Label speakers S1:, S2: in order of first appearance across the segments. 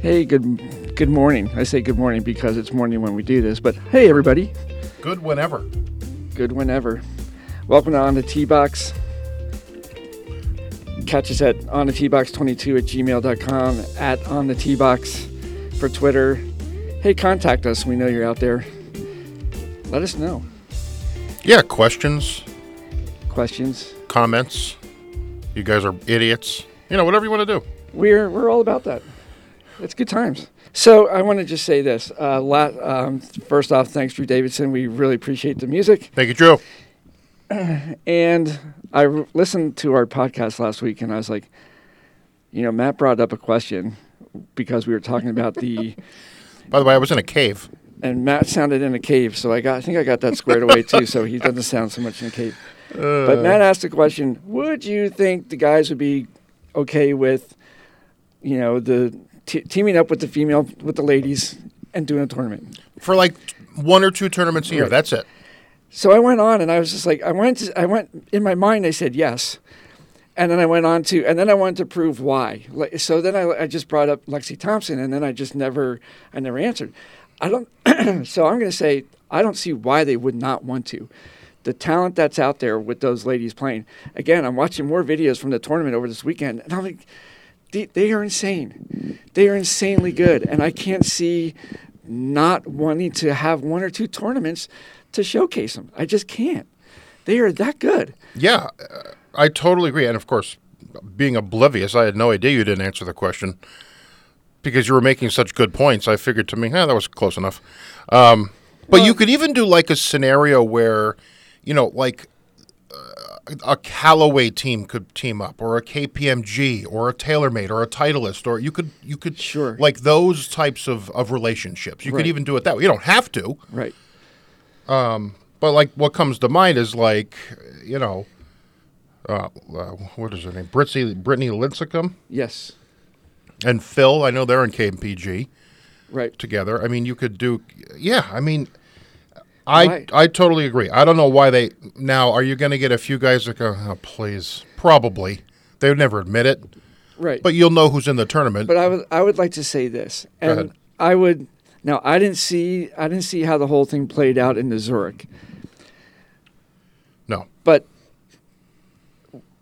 S1: Hey, good good morning. I say good morning because it's morning when we do this, but hey everybody,
S2: Good whenever.
S1: good whenever. Welcome to On the T Box. Catch us at on the T Box 22 at gmail.com, at on the T Box for Twitter. Hey, contact us. We know you're out there. Let us know.
S2: Yeah, questions,
S1: Questions.
S2: comments. You guys are idiots. You know, whatever you want to do.
S1: we're we're all about that. It's good times. So I want to just say this. Uh, la um, first off, thanks Drew Davidson. We really appreciate the music.
S2: Thank you, Drew.
S1: And I r- listened to our podcast last week, and I was like, you know, Matt brought up a question because we were talking about the,
S2: By the way, I was in a cave.
S1: and Matt sounded in a cave, so I got I think I got that squared away too. So he doesn't sound so much in a cave. but Matt asked the question: Would you think the guys would be okay with, you know, the te- teaming up with the female with the ladies and doing a tournament?
S2: For like one or two tournaments a year.
S1: Right.
S2: That's it.
S1: So I went on, and I was just like, I went, to, I went in my mind. I said yes, and then I went on to, and then I wanted to prove why. Like, So then I, I just brought up Lexi Thompson, and then I just never, I never answered. I don't. so I'm going to say I don't see why they would not want to. The talent that's out there with those ladies playing. Again, I'm watching more videos from the tournament over this weekend, and I'm like, they, they are insane. They are insanely good, and I can't see not wanting to have one or two tournaments to showcase them. I just can't. They are that good.
S2: Yeah, uh, I totally agree. And of course, being oblivious, I had no idea you didn't answer the question because you were making such good points. I figured to me, eh, that was close enough. Um, but you could even do like a scenario where, you know, like uh, a Callaway team could team up, or a KPMG, or a TaylorMade, or a Titleist, or you could you could
S1: Sure.
S2: like those types of of relationships. You
S1: Right.
S2: could even do it that way. You don't have to.
S1: Right.
S2: But like, what comes to mind is like, you know, uh, uh, what is her name? Britzy, Brittany Lincecum
S1: Yes.
S2: and Phil. I know they're in KMPG
S1: Right.
S2: together. I mean, you could do, yeah. I mean, I
S1: Right.
S2: I totally agree. I don't know why they now. Are you going to get a few guys that go? Oh, please, probably. They would never admit it,
S1: Right.
S2: but you'll know who's in the tournament.
S1: But I would I would like to say this, and
S2: ahead.
S1: I would now I didn't see I didn't see how the whole thing played out in the Zurich,
S2: no,
S1: but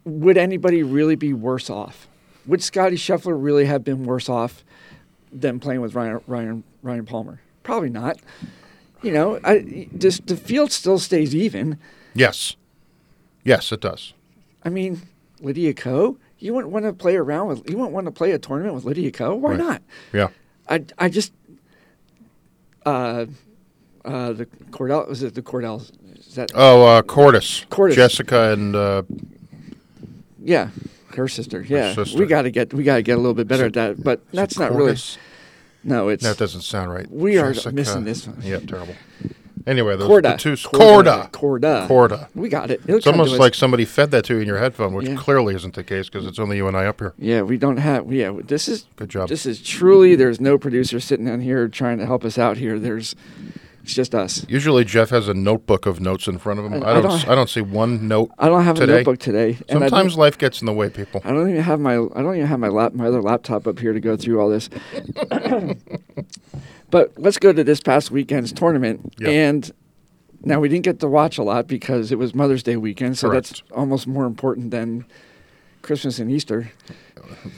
S1: would anybody really be worse off? Would Scotty Scheffler really have been worse off than playing with Ryan Ryan Ryan Palmer? Probably not. You know, I, this, the field still stays even.
S2: yes, yes, it does.
S1: I mean, Lydia Ko, you wouldn't want to play around with you wouldn't want to play a tournament with Lydia Ko. Why
S2: Right.
S1: not?
S2: Yeah,
S1: I, I just uh, uh, the Cordell was it the Cordell is that
S2: Oh, uh, Cordis.
S1: Cordes.
S2: Jessica and uh,
S1: yeah her sister yeah
S2: sister.
S1: we got to get we got to get a little bit better at that but that's not really
S2: Cordes?
S1: no it's
S2: That doesn't sound right. uh,
S1: We are missing this one.
S2: Yeah, terrible. Anyway, those
S1: Corda.
S2: the two
S1: Corda.
S2: Corda.
S1: Corda.
S2: Corda.
S1: we got it It'll
S2: It's
S1: come to
S2: almost
S1: us.
S2: like somebody fed that to you in your headphone, which
S1: Yeah.
S2: clearly isn't the case because it's only you and I up here.
S1: yeah we don't have yeah this is
S2: Good job.
S1: this is truly there's no producer sitting down here trying to help us out here there's it's just us
S2: Usually, Jeff has a notebook of notes in front of him.
S1: I-
S2: I,
S1: I
S2: don't.
S1: don't-
S2: s- I don't see one note.
S1: I don't have
S2: today.
S1: a notebook today and I don't-
S2: Sometimes life gets in the way, people.
S1: I don't even have my I don't even have my lap my other laptop up here to go through all this. but let's go to this past weekend's tournament.
S2: Yeah.
S1: And now we didn't get to watch a lot because it was Mother's Day weekend, so that's
S2: Correct.
S1: almost more important than Christmas and Easter.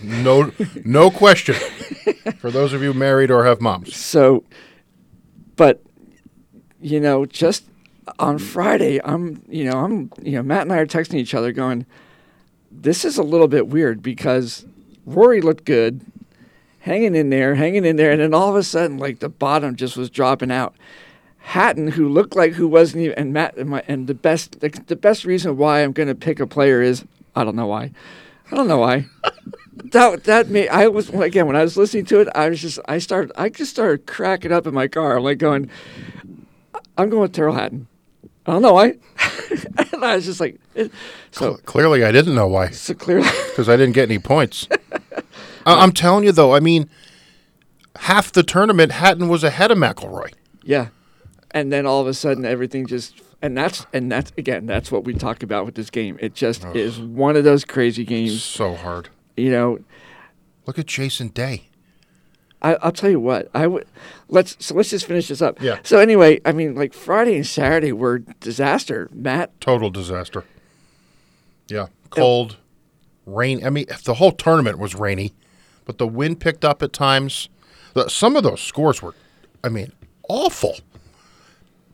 S2: No, no question. For those of you married or have moms,
S1: So but you know, just on Friday, I'm you know, I'm you know, Matt and I are texting each other going, This is a little bit weird because Rory looked good, hanging in there, hanging in there, and then all of a sudden, like the bottom just was dropping out. Hatton, who looked like who wasn't even, and Matt, and, my, and the best, the, the best reason why I'm going to pick a player is I don't know why, I don't know why. that that made I was again when I was listening to it, I was just I started I just started cracking up in my car. I'm like going, I'm going with Terrell Hatton. I don't know why, and I was just like, it, so
S2: clearly, I didn't know why.
S1: so clearly,
S2: because I didn't get any points. I- I'm telling you, though, I mean, half the tournament, Hatton was ahead of McElroy.
S1: Yeah. And then all of a sudden everything just and that's and that's again, that's what we talk about with this game. It just is one of those crazy games,
S2: So hard.
S1: you know.
S2: Look at Jason Day.
S1: I, I'll tell you what. I would let's so let's just finish this up.
S2: Yeah.
S1: So anyway, I mean, like Friday and Saturday were disaster. Matt,
S2: Total disaster. Yeah. Cold, rain. I mean, the whole tournament was rainy, but the wind picked up at times. The, some of those scores were, I mean, awful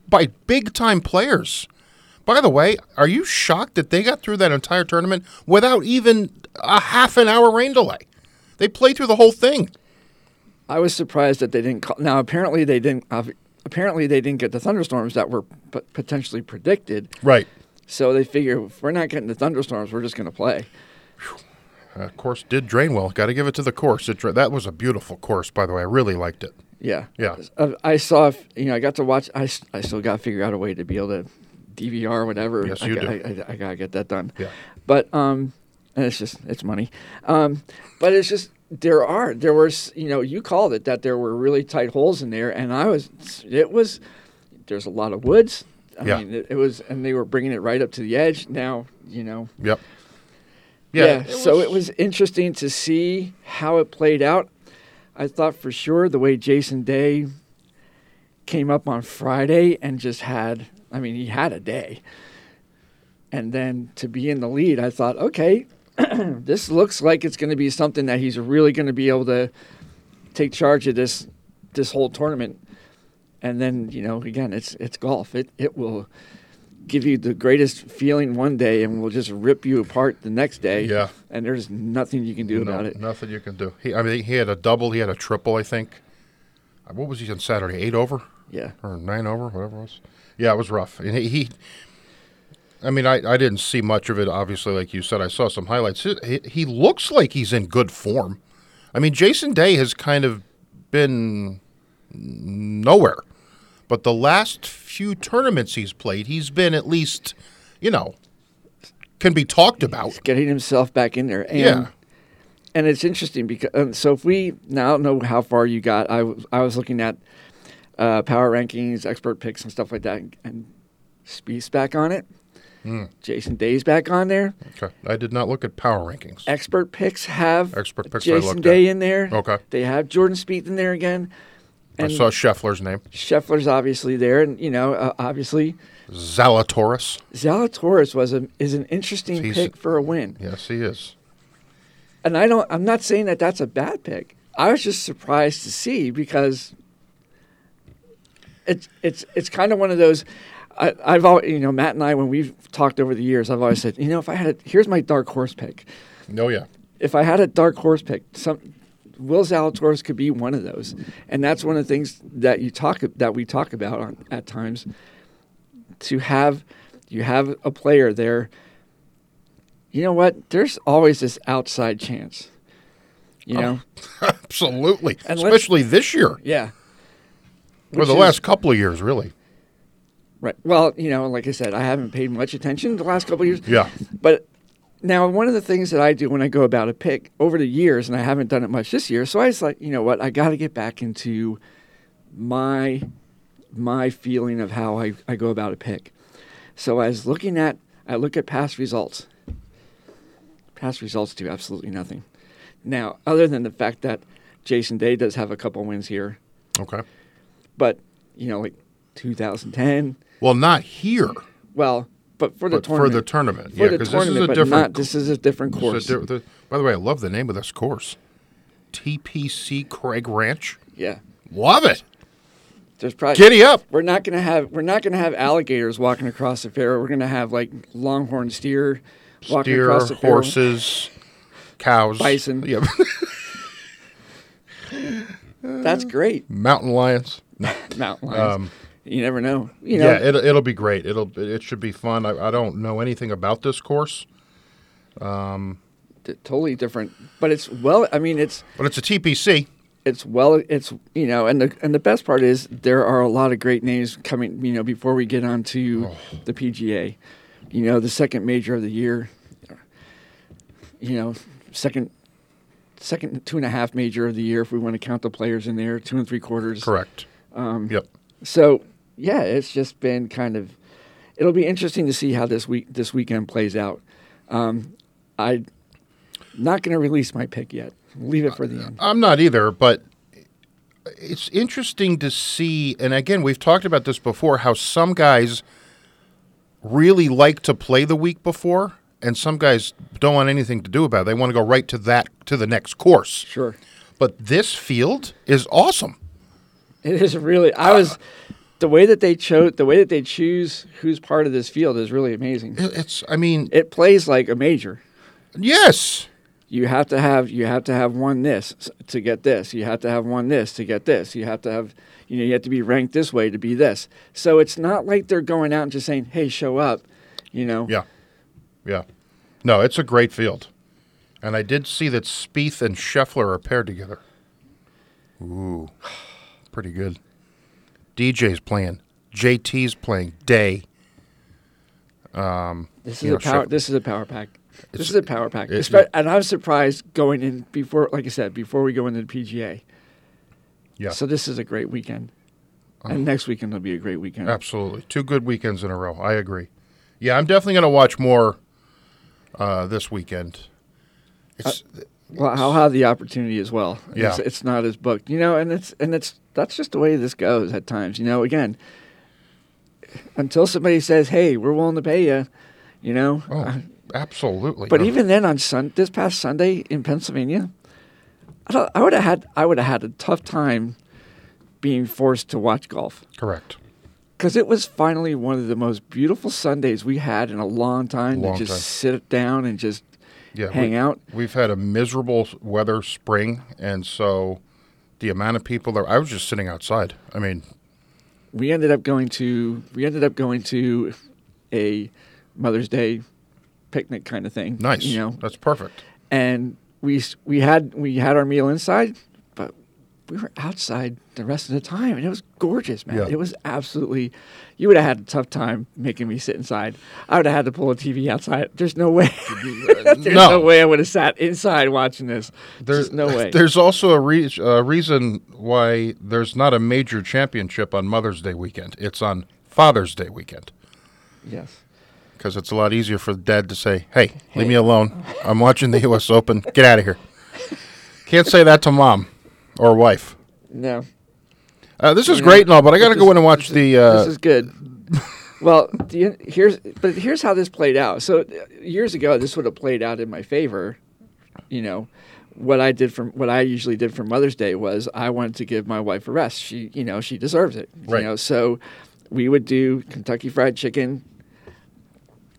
S2: by big time players. By the way, are you shocked that they got through that entire tournament without even a half an hour rain delay? They played through the whole thing.
S1: I was surprised that they didn't call. Now apparently they didn't. ob- Apparently they didn't get the thunderstorms that were p- potentially predicted.
S2: Right.
S1: So they figure if we're not getting the thunderstorms, we're just going to play.
S2: Uh, course did drain well. Got to give it to the course. It dra- that was a beautiful course, by the way. I really liked it.
S1: Yeah.
S2: Yeah.
S1: Uh, I saw, if- you know, I got to watch. I, s- I still got to figure out a way to be able to DVR or whatever.
S2: Yes,
S1: I
S2: you
S1: got,
S2: do.
S1: I, I, I got to get that done.
S2: Yeah.
S1: But, um, and it's just, it's money. Um, but it's just, there are, there were, s- you know, you called it that there were really tight holes in there. And I was, it was, there's a lot of woods. I
S2: Yeah.
S1: mean, it, it was, and they were bringing it right up to the edge. Now, you know,
S2: Yep.
S1: yeah. so it was interesting to see how it played out. I thought for sure the way Jason Day came up on Friday and just had, I mean, he had a day. And then to be in the lead, I thought, okay, this looks like it's going to be something that he's really going to be able to take charge of this this whole tournament. And then, you know, again, it's it's golf. It it will give you the greatest feeling one day and will just rip you apart the next day.
S2: Yeah.
S1: And there's nothing you can do
S2: No,
S1: about it.
S2: Nothing you can do. He, I mean, he had a double. He had a triple. I think. Uh, What was he on Saturday? Eight over
S1: Yeah.
S2: or nine over, whatever it was. Yeah, it was rough. And he, he I mean, I, I didn't see much of it. Obviously, like you said, I saw some highlights. He, he- he looks like he's in good form. I mean, Jason Day has kind of been nowhere, but the last few tournaments he's played, he's been at least, you know, can be talked about.
S1: Oh. Getting himself back in there. And
S2: Yeah.
S1: and it's interesting because um, so if we now I don't know how far you got. I was I was looking at uh, power rankings, expert picks, and stuff like that, and, and Spieth's back on it.
S2: Hmm.
S1: Jason Day's back on there.
S2: Okay. I did not look at power rankings.
S1: Expert picks have
S2: Expert picks I
S1: Jason
S2: looked
S1: Day
S2: at.
S1: in there.
S2: Okay.
S1: they have Jordan Spieth in there again.
S2: I
S1: And
S2: saw Scheffler's name,
S1: Scheffler's obviously there, and you know, uh, obviously,
S2: Zalatoris.
S1: Zalatoris was a, is an interesting
S2: He's-
S1: pick for a win.
S2: Yes, he is.
S1: and I don't. I'm not saying that that's a bad pick. I was just surprised to see because it's it's it's kind of one of those. I, I've always, you know, Matt and I, when we've talked over the years, I've always said, you know, if I had a, here's my dark horse pick.
S2: No, Oh, yeah.
S1: If I had a dark horse pick, some Will Zalatoris could be one of those, and that's one of the things that you talk that we talk about on, at times. To have you have a player there, you know what? There's always this outside chance. You know,
S2: Absolutely.
S1: And let's-
S2: Especially this year,
S1: Yeah.
S2: or the
S1: Which is-
S2: last couple of years, really.
S1: Right. Well, you know, like I said, I haven't paid much attention the last couple of years.
S2: Yeah.
S1: But now, one of the things that I do when I go about a pick over the years, and I haven't done it much this year, so I was like, you know what, I got to get back into my my feeling of how I, I go about a pick. So I was looking at I look at past results. Past results do absolutely nothing. Now, other than the fact that Jason Day does have a couple wins here,
S2: Okay.
S1: but you know, like 2010.
S2: Well, not here,
S1: Well, but for the
S2: but for
S1: tournament,
S2: the tournament.
S1: for
S2: yeah,
S1: the
S2: because this is
S1: tournament,
S2: a
S1: but
S2: different.
S1: not. This is a different
S2: this is a
S1: course.
S2: di- the- by the way, I love the name of this course, TPC Craig Ranch.
S1: yeah,
S2: Love it.
S1: there's probably
S2: Giddy up.
S1: We're not gonna have we're not gonna have alligators walking across the fair. We're gonna have like longhorn steer walking
S2: Deer,
S1: across the fair.
S2: horses, cows,
S1: Bison.
S2: yeah,
S1: That's great.
S2: mountain lions.
S1: Mountain lions.
S2: Um,
S1: you never know. You know.
S2: Yeah, it, it'll be great. It'll it should be fun. I, I don't know anything about this course,
S1: t- totally different. But it's well. I mean, it's
S2: but it's a TPC.
S1: it's well it's you know and the and the best part is there are a lot of great names coming you know before we get on to the PGA you know the second major of the year you know second second two and a half major of the year if we want to count the players in there two and three quarters
S2: Correct. Um, yep.
S1: so yeah it's just been kind of it'll be interesting to see how this week this weekend plays out um, I'm not going to release my pick yet leave it for the end
S2: I'm not either, but it's interesting to see, and again, we've talked about this before, how some guys really like to play the week before, and some guys don't want anything to do about it. They want to go right to that to the next course.
S1: Sure.
S2: But this field is awesome.
S1: It is really. I was the way that they chose, the way that they choose who's part of this field is really amazing.
S2: It- It's, I mean,
S1: It plays like a major.
S2: yes,
S1: You have to have you have to have one this s- to get this. You have to have one this to get this. You have to have you know you have to be ranked this way to be this. So it's not like they're going out and just saying, "Hey, show up," you know.
S2: yeah, yeah. No, it's a great field, and I did see that Spieth and Scheffler are paired together. Ooh, pretty good. DJ's playing, JT's playing, Day.
S1: This
S2: You
S1: is
S2: know,
S1: a power.
S2: Sheff-
S1: This is a power pack. This
S2: It's-
S1: is a power pack.
S2: it-
S1: Espe- and I'm surprised going in before, like I said, before we go into the PGA.
S2: Yeah. Uh-huh.
S1: So this is a great weekend, and next weekend will be a great weekend.
S2: Absolutely. Two good weekends in a row. I agree. Yeah, I'm definitely going to watch more uh, this weekend. It's,
S1: Uh, Well, I'll have the opportunity as well. It's,
S2: Yeah.
S1: it's not as booked, you know, and it's and it's that's just the way this goes at times, you know. Again, until somebody says, "Hey, we're willing to pay you," you know.
S2: oh, absolutely.
S1: But
S2: Yeah.
S1: even then, on Sun this past Sunday in Pennsylvania, I don't, I would have had I would have had a tough time being forced to watch golf
S2: correct.
S1: because it was finally one of the most beautiful Sundays we had in a long time
S2: Long
S1: to just
S2: time.
S1: sit down and just
S2: Yeah, we-
S1: hang out.
S2: We've had a miserable s- weather spring, and so the amount of people that I was just sitting outside. I mean,
S1: We ended up going to we ended up going to a Mother's Day picnic kind of thing.
S2: nice.
S1: you know,
S2: That's perfect.
S1: and we s- we had we had our meal inside, but we were outside the rest of the time, and it was gorgeous, man.
S2: Yeah.
S1: It was absolutely. You would have had a tough time making me sit inside. I would have had to pull a TV outside. There's no way. There's no. way I would have sat inside watching this. There's no way.
S2: There's also a re- uh, reason why there's not a major championship on Mother's Day weekend. It's on Father's Day weekend.
S1: Yes.
S2: because it's a lot easier for dad to say, "Hey, leave me alone. I'm watching the U.S. Open. Get out of here." Can't say that to mom or wife.
S1: No.
S2: Uh, this is
S1: Yeah.
S2: great and all, but I got to
S1: This
S2: go
S1: is-
S2: in and watch the.
S1: this
S2: Uh,
S1: is good. well, the, here's but here's how this played out. So uh, years ago, this would have played out in my favor. You know, what I did from what I usually did for Mother's Day was I wanted to give my wife a rest. She, you know, she deserves it.
S2: Right.
S1: You know, so we would do Kentucky Fried Chicken.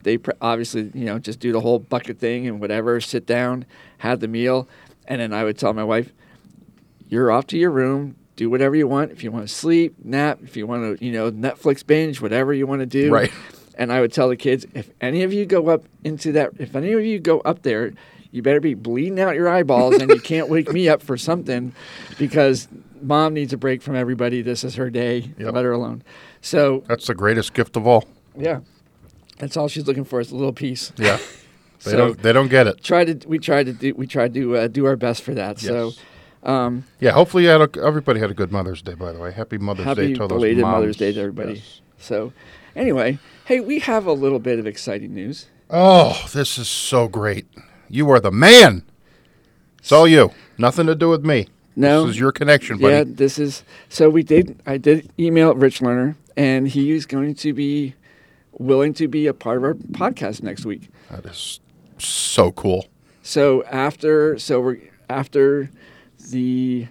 S1: They pr- obviously, you know, just do the whole bucket thing and whatever. Sit down, have the meal, and then I would tell my wife, you're off to your room. Do whatever you want. If you want to sleep, nap. If you want to, you know, Netflix binge, whatever you want to do.
S2: Right.
S1: And I would tell the kids, if any of you go up into that, if any of you go up there, you better be bleeding out your eyeballs and you can't wake me up for something because mom needs a break from everybody. This is her day.
S2: Yep.
S1: Let her alone. So,
S2: that's the greatest gift of all.
S1: yeah, that's all she's looking for is a little piece.
S2: Yeah, they
S1: So-
S2: don't. They don't get it.
S1: Try to, we tried to do, we tried to uh, do our best for that. So,
S2: Yes.
S1: um,
S2: Yeah, hopefully you had a, everybody had a good Mother's Day. By the way, happy Mother's Day
S1: Happy
S2: to all those
S1: belated
S2: moms.
S1: Mother's Day to everybody.
S2: Yes.
S1: So, anyway, hey, we have a little bit of exciting news.
S2: Oh, this is so great. You are the man. It's all you. Nothing to do with me.
S1: No.
S2: this is your connection, buddy.
S1: Yeah, this is so we did. I did email Rich Lerner, and he is going to be willing to be a part of our podcast next week.
S2: That is so cool.
S1: So after, so we're after the,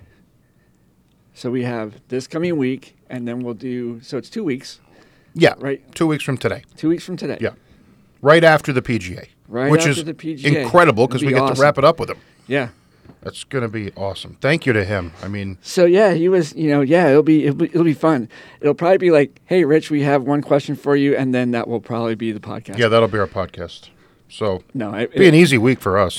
S1: so we have this coming week, and then we'll do. So it's two weeks,
S2: Yeah,
S1: Right.
S2: Two weeks from today.
S1: two weeks from today.
S2: Yeah. Right after the PGA.
S1: Right
S2: which
S1: after
S2: is
S1: the PGA.
S2: incredible because
S1: It'd
S2: we
S1: be
S2: get to
S1: awesome.
S2: wrap it up with him.
S1: yeah.
S2: That's going to be awesome. Thank you to him. I mean,
S1: So yeah, he was. You know, yeah, it'll be it'll be, it'll be fun. It'll probably be like, hey, Rich, we have one question for you, and then that will probably be the podcast.
S2: yeah, that'll be our podcast. So,
S1: No, I,
S2: be an easy week for us.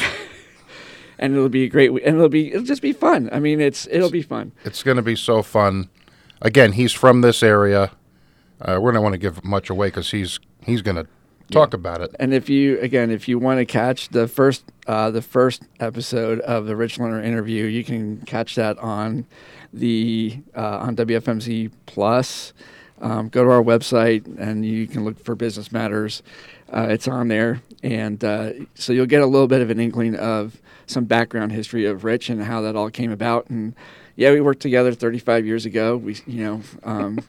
S1: and it'll be a great. we- And it'll be it'll just be fun. I mean, it's it'll be fun.
S2: it's going to be so fun. Again, he's from this area. Uh, we're not want to give much away because he's he's going to talk about it.
S1: And if you again, if you want to catch the first uh, the first episode of the Rich Lerner interview, you can catch that on the uh, on WFMZ Plus. um, go to our website and you can look for business matters. Uh, it's on there, and uh, so you'll get a little bit of an inkling of some background history of Rich and how that all came about. And yeah, we worked together 35 years ago. We, you know, um,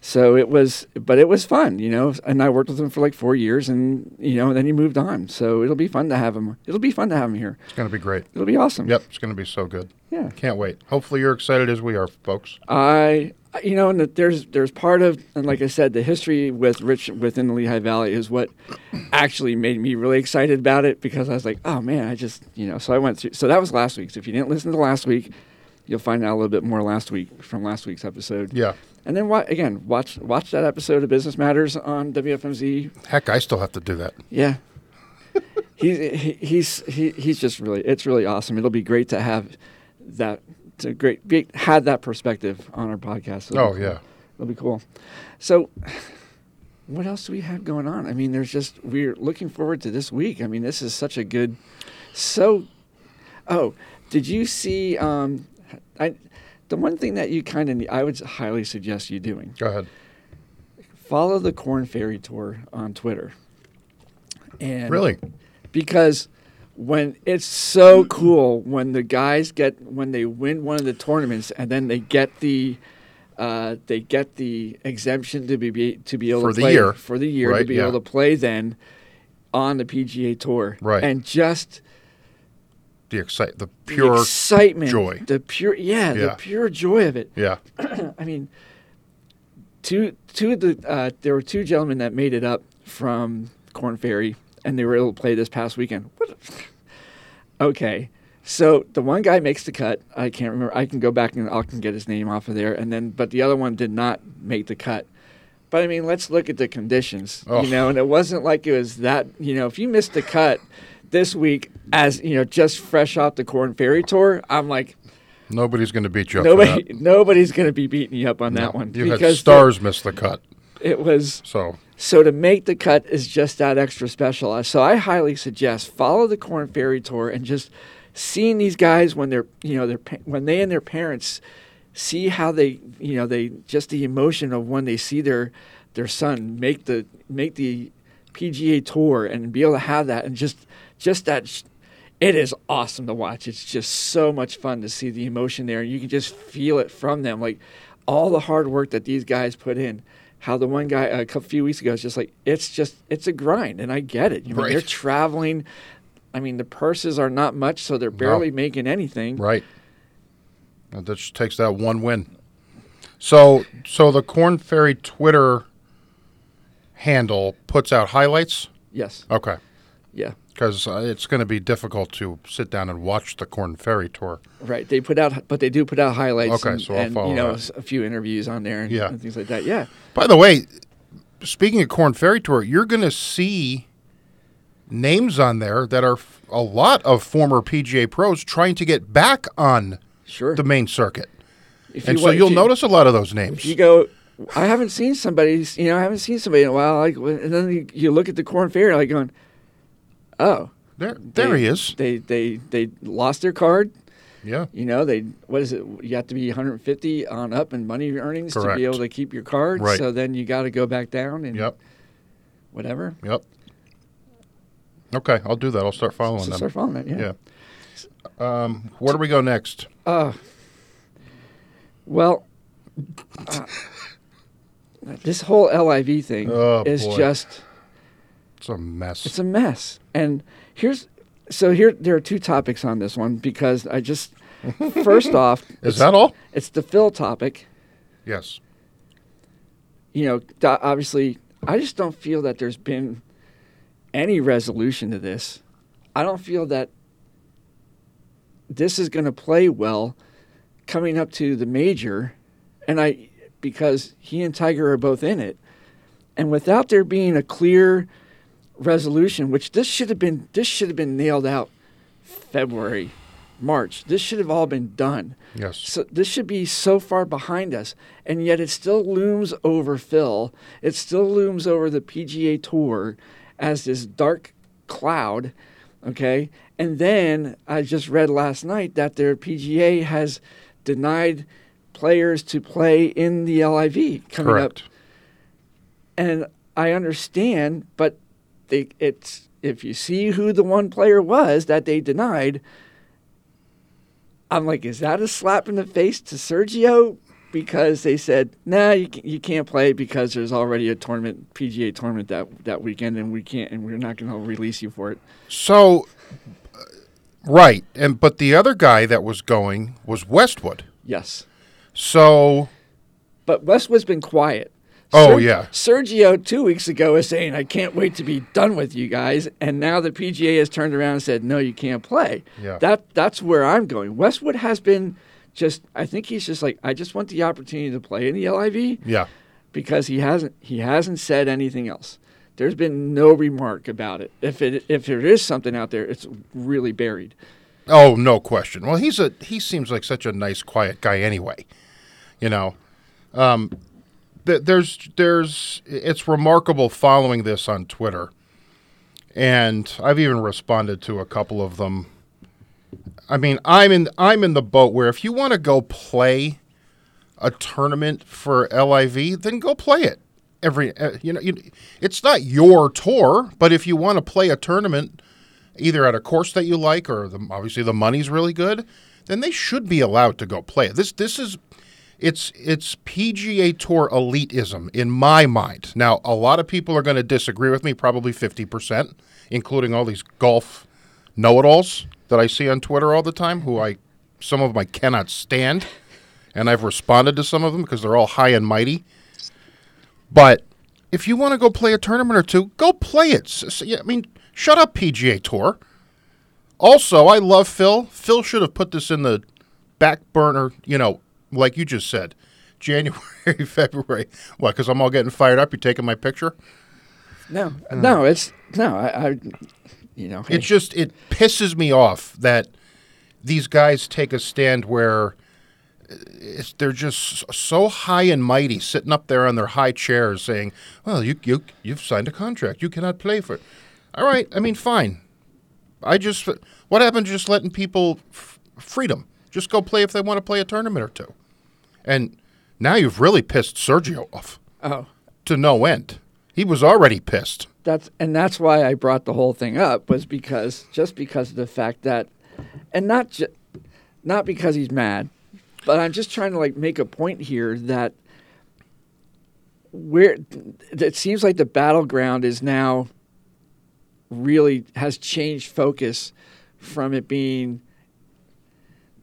S1: so it was, but it was fun, you know. And I worked with him for like four years, and you know, and then he moved on. So it'll be fun to have him. It'll be fun to have him here.
S2: It's going to be great.
S1: It'll be awesome.
S2: Yep, it's going to be so good.
S1: Yeah.
S2: Can't wait. Hopefully, you're excited as we are, folks.
S1: I, you know, and that there's there's part of, and like I said, the history with Rich within the Lehigh Valley is what actually made me really excited about it because I was like, oh man, I just, you know, so I went through. So that was last week. So if you didn't listen to last week, you'll find out a little bit more last week from last week's episode.
S2: Yeah.
S1: And then wa- again, watch watch that episode of Business Matters on WFMZ.
S2: Heck, I still have to do that.
S1: Yeah. he's he, he's he, he's just really it's really awesome. It'll be great to have that to great be, had that perspective on our podcast. It'll
S2: Oh,
S1: be cool.
S2: yeah.
S1: it'll be cool. So, what else do we have going on? I mean, there's just we're looking forward to this week. I mean, this is such a good. So, oh, did you see? Um, I the one thing that you kind of I would highly suggest you doing
S2: Go ahead.
S1: follow the Corn Fairy Tour on Twitter. And
S2: Really?
S1: because when it's
S2: Mm-hmm.
S1: so cool when the guys get when they win one of the tournaments and then they get the uh, they get the exemption to be, be to be able
S2: For
S1: to
S2: the
S1: play
S2: year,
S1: for the year to
S2: right,
S1: be
S2: yeah.
S1: able to play then on the PGA tour
S2: Right.
S1: and just
S2: The excite, the
S1: the
S2: pure.
S1: excitement
S2: joy.
S1: the pure yeah, the
S2: Yeah.
S1: pure joy of it
S2: yeah.
S1: I mean, two two of the uh, there were two gentlemen that made it up from Corn Ferry, and they were able to play this past weekend. What? a- okay, so the one guy makes the cut. I can't remember. I can go back and I can get his name off of there, and then but the other one did not make the cut. But I mean, let's look at the conditions,
S2: Oh.
S1: you know. And it wasn't like it was that, you know. If you missed the cut this week, as you know, just fresh off the Corn Ferry tour, I'm like,
S2: Nobody's going to beat you up. for
S1: Nobody,
S2: that.
S1: nobody's going to be beating you up on that one
S2: You had
S1: because
S2: stars miss the cut.
S1: it was
S2: So,
S1: so to make the cut is just that extra special. Uh, So I highly suggest follow the Corn Ferry Tour and just seeing these guys when they're you know their pa- when they and their parents see how they you know they just the emotion of when they see their their son make the make the PGA Tour and be able to have that and just just that. Sh- it is awesome to watch. It's just so much fun to see the emotion there. You can just feel it from them, like all the hard work that these guys put in. How the one guy a couple few weeks ago is just like it's just it's a grind, and I get it. You know,
S2: Right.
S1: they're traveling. I mean, the purses are not much, so they're barely making anything.
S2: right. And That just takes that one win. So, so the Corn Fairy Twitter handle puts out highlights.
S1: Yes.
S2: Okay.
S1: Yeah.
S2: Because uh, it's going to be difficult to sit down and watch the Corn Ferry tour.
S1: Right. They put out, but they do put out highlights.
S2: Okay,
S1: and,
S2: so I'll
S1: and,
S2: follow
S1: you know
S2: that.
S1: s- a few interviews on there and,
S2: Yeah.
S1: and things like that. Yeah.
S2: By the way, speaking of Corn Ferry tour, you're going to see names on there that are f- a lot of former PGA pros trying to get back on
S1: Sure.
S2: the main circuit,
S1: if
S2: and
S1: you
S2: so
S1: wa- if
S2: you'll
S1: you-
S2: notice a lot of those names.
S1: you go i haven't seen somebody you know i haven't seen somebody in a while like wh- and then you, you look at the corn fair like going oh
S2: there, there
S1: they-
S2: he is.
S1: they they they lost their card
S2: Yeah,
S1: you know they what is it you have to be 150 on up in money earnings to
S2: Correct.
S1: be able to keep your card
S2: Right.
S1: so then you got to go back down and
S2: yep,
S1: whatever
S2: yep. Okay, I'll do that. I'll start following
S1: so
S2: them.
S1: start following that yeah,
S2: Yeah. Um, where do we go next?
S1: Uh, well uh, this whole liv thing
S2: Oh,
S1: is
S2: boy.
S1: just
S2: It's a mess.
S1: It's a mess. And here's so here there are two topics on this one because I just first off
S2: is that all?
S1: it's the Phil topic.
S2: Yes.
S1: You know, do- obviously, I just don't feel that there's been any resolution to this. I don't feel that this is going to play well coming up to the major, and I because he and Tiger are both in it, and without there being a clear resolution, which this should have been this should have been nailed out February, March. This should have all been done.
S2: Yes.
S1: So this should be so far behind us, and yet it still looms over Phil. It still looms over the PGA Tour as this dark cloud. Okay, and then I just read last night that their PGA has denied players to play in the LIV coming
S2: Correct.
S1: up and I understand, but they, it's if you see who the one player was that they denied, I'm like, is that a slap in the face to Sergio? Because they said, nah, you, ca- you can't play because there's already a tournament, PGA tournament that, that weekend, and we can't, and we're not going to release you for it.
S2: So, uh, right, and but the other guy that was going was Westwood.
S1: Yes.
S2: So,
S1: But Westwood's been quiet.
S2: Oh, yeah.
S1: Sergio two weeks ago was saying, I can't wait to be done with you guys. And now the PGA has turned around and said, No, you can't play.
S2: Yeah.
S1: That that's where I'm going. Westwood has been just I think he's just like, I just want the opportunity to play in the LIV
S2: yeah,
S1: because he hasn't he hasn't said anything else. There's been no remark about it. If it if there is something out there, it's really buried.
S2: Oh, no question. Well, he's a he seems like such a nice, quiet guy anyway. You know, um, th- there's there's it's remarkable following this on Twitter, and I've even responded to a couple of them. I mean, I'm in I'm in the boat where if you want to go play a tournament for LIV, then go play it. Every uh, you know, you, it's not your tour, but if you want to play a tournament, either at a course that you like or the, obviously the money's really good, then they should be allowed to go play. This this is it's it's PGA Tour elitism in my mind. Now, a lot of people are going to disagree with me, probably 50%, including all these golf know-it-alls that I see on Twitter all the time who I some of them I cannot stand, and I've responded to some of them because they're all high and mighty. But if you want to go play a tournament or two, go play it. S- s- yeah, I mean, shut up, PGA Tour. Also, I love Phil. Phil should have put this in the back burner, you know, like you just said, January, February. What? Because I'm all getting fired up. You're taking my picture.
S1: No. Uh, no, it's no, I, I you know,
S2: It just it pisses me off that these guys take a stand where uh, it's, they're just s- so high and mighty, sitting up there on their high chairs, saying, "Well, you you you've signed a contract. You cannot play for it." All right, I mean, fine. I just what happened to just letting people f- freedom? Just go play if they want to play a tournament or two. And now you've really pissed Sergio off
S1: oh.
S2: to no end. He was already pissed.
S1: that's and that's why I brought the whole thing up was because just because of the fact that, and not ju- not because he's mad, but I'm just trying to like make a point here that where it seems like the battleground is now really has changed focus from it being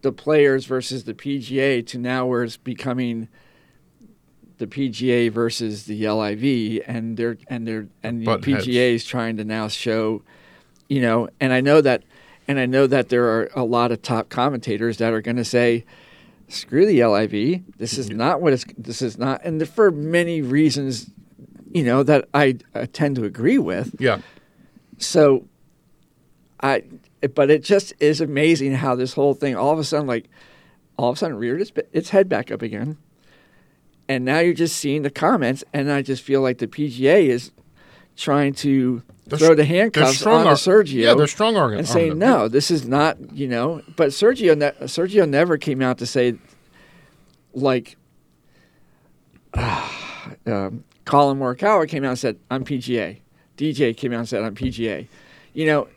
S1: the players versus the PGA to now where it's becoming the PGA versus the LIV and they're and they're and the
S2: Button heads.
S1: PGA is trying to now show you know and I know that and I know that there are a lot of top commentators that are going to say screw the LIV this is not what it's this is not and for many reasons you know that I uh, tend to agree with
S2: Yeah.
S1: so I but it just is amazing how this whole thing all of a sudden like all of a sudden reared its, its head back up again and now you're just seeing the comments and I just feel like the PGA is trying to
S2: They're
S1: throw
S2: s-
S1: the
S2: They're
S1: handcuffs
S2: strong
S1: on
S2: ar-
S1: Sergio
S2: Yeah, they're strong arm
S1: and say
S2: arming them.
S1: no this is not you know but Sergio ne- Sergio never came out to say like um, Colin Morikawa came out and said, "I'm PGA." DJ came out and said, "I'm PGA." You know,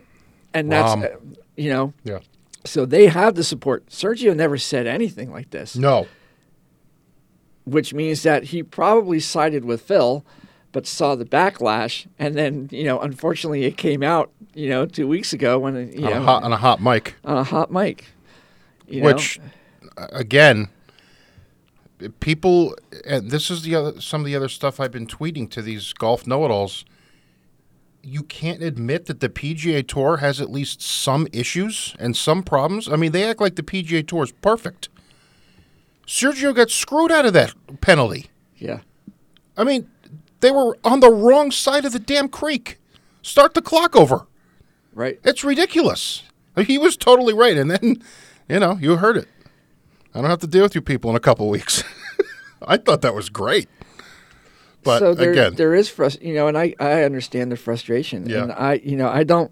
S1: and that's
S2: Rom.
S1: uh, you know,
S2: Yeah.
S1: so they have the support. Sergio never said anything like this,
S2: No.
S1: which means that he probably sided with Phil, but saw the backlash, and then you know, unfortunately, it came out you know two weeks ago when it- you
S2: on,
S1: know
S2: a hot, on a hot mic,
S1: on a hot mic, you know?
S2: which uh, again, people, and this is the other some of the other stuff I've been tweeting to these golf know-it-alls. You can't admit that the PGA Tour has at least some issues and some problems. I mean, they act like the PGA Tour is perfect. Sergio got screwed out of that penalty.
S1: yeah,
S2: I mean, they were on the wrong side of the damn creek. Start the clock over.
S1: right.
S2: It's ridiculous. He was totally right. And then, you know, you heard it. I don't have to deal with you people in a couple weeks. I thought that was great. But
S1: so there,
S2: again,
S1: there is frustration, you know, and I, I understand the frustration.
S2: Yeah.
S1: And I, you know, I don't,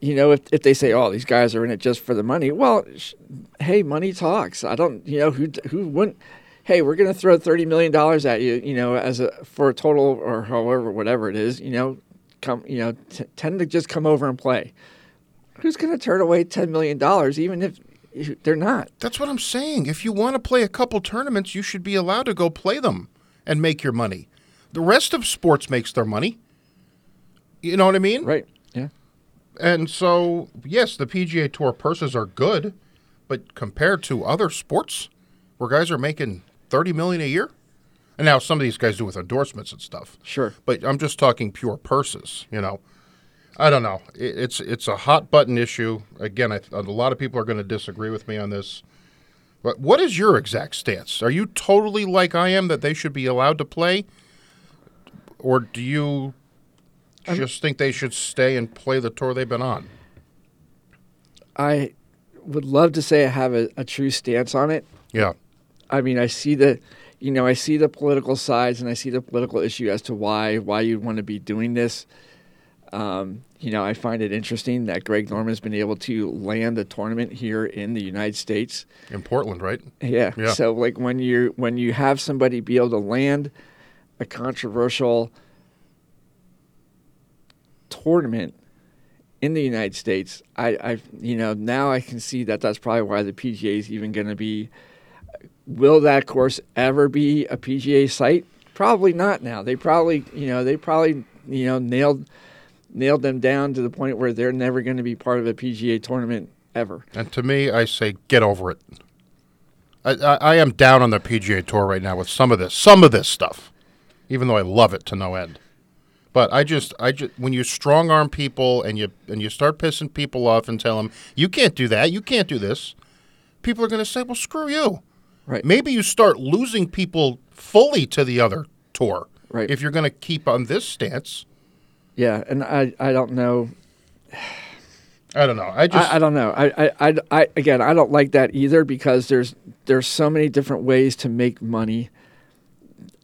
S1: you know, if, if they say, oh, these guys are in it just for the money, well, sh- hey, money talks. I don't, you know, who, d- who wouldn't, hey, we're going to throw thirty million dollars at you, you know, as a for a total or however whatever it is, you know, come, you know, t- tend to just come over and play. Who's going to turn away ten million dollars, even if they're not?
S2: That's what I'm saying. If you want to play a couple tournaments, you should be allowed to go play them and make your money. The rest of sports makes their money. You know what I mean?
S1: Right. Yeah.
S2: And so, yes, the PGA Tour purses are good, but compared to other sports where guys are making 30 million a year, and now some of these guys do with endorsements and stuff.
S1: Sure.
S2: But I'm just talking pure purses, you know. I don't know. It, it's it's a hot button issue. Again, I, a lot of people are going to disagree with me on this. But what is your exact stance? Are you totally like I am that they should be allowed to play, or do you
S1: I'm-
S2: just think they should stay and play the tour they've been on?
S1: I would love to say I have a, a true stance on it.
S2: Yeah,
S1: I mean, I see the, you know, I see the political sides and I see the political issue as to why why you'd want to be doing this. Um, you know, I find it interesting that Greg Norman's been able to land a tournament here in the United States.
S2: in Portland, right?
S1: Yeah.
S2: Yeah.
S1: So like when you when you have somebody be able to land a controversial tournament in the United States, I I you know now I can see that that's probably why the PGA is even going to be. Will that course ever be a PGA site? Probably not. Now they probably you know they probably you know nailed nailed them down to the point where they're never going to be part of a PGA tournament ever.
S2: And to me, I say get over it. I, I, I am down on the PGA Tour right now with some of this, some of this stuff, even though I love it to no end. But I just, I just, when you strong arm people and you and you start pissing people off and tell them you can't do that, you can't do this, people are going to say, well, screw you.
S1: Right.
S2: Maybe you start losing people fully to the other tour.
S1: Right.
S2: If you're going to keep on this stance,
S1: Yeah, and I I don't know
S2: I don't know. I just,
S1: I, I don't know. I, I, I, I, again, I don't like that either because there's there's so many different ways to make money,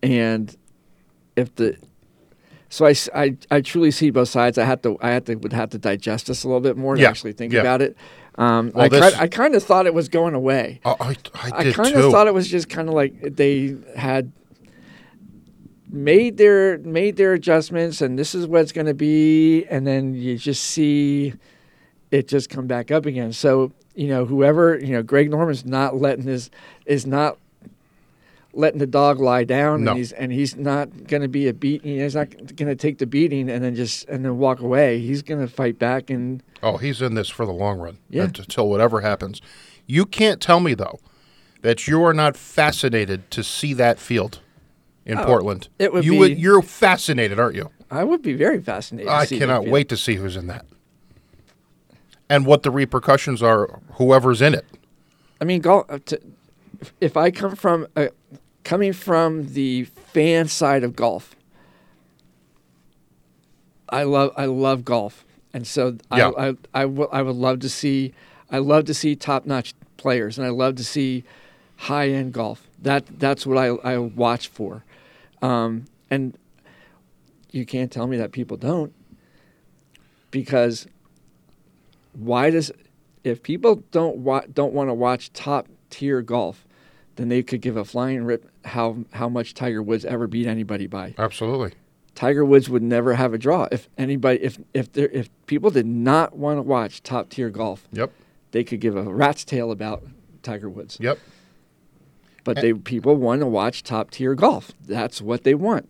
S1: and if the so I, s- I- I truly see both sides. I had to I had to would have to digest this a little bit more to
S2: Yeah,
S1: actually think
S2: yeah.
S1: about it. Um,
S2: Well,
S1: I
S2: this-
S1: kind, I kind of thought it was going away.
S2: I, I, I
S1: I
S2: did
S1: kind
S2: too.
S1: of thought it was just kind of like they had made their made their adjustments, and this is what it's going to be, and then you just see it just come back up again. So you know, whoever you know, Greg Norman's not letting his is not letting the dog lie down,
S2: No.
S1: and he's and he's not going to be a beat. You know, he's not going to take the beating and then just and then walk away. He's going to fight back and
S2: Oh, he's in this for the long run.
S1: Yeah.
S2: Unt- Until whatever happens. You can't tell me, though, that you are not fascinated to see that field in Portland.
S1: Oh, it would
S2: you
S1: be-
S2: you're fascinated, aren't you?
S1: I would be very fascinated. to
S2: I
S1: see that
S2: cannot
S1: field.
S2: wait to see who's in that. And what the repercussions are, whoever's in it.
S1: I mean, go, uh, to, if I come from uh, coming from the fan side of golf, I love I love golf, and so
S2: Yeah.
S1: I, I, I, w- I would love to see I love to see top notch players, and I love to see high end golf. That that's what I I watch for, um, and you can't tell me that people don't because why does if people don't wa- don't want to watch top tier golf, then they could give a flying rip how how much Tiger Woods ever beat anybody by.
S2: Absolutely.
S1: Tiger Woods would never have a draw if anybody if if there if people did not want to watch top tier golf,
S2: Yep.
S1: they could give a rat's tail about Tiger Woods.
S2: Yep.
S1: But they people want to watch top tier golf. That's what they want.